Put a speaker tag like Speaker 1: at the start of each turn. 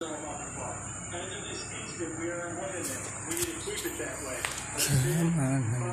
Speaker 1: And in this case, that we're, what is it? We need to keep it that way.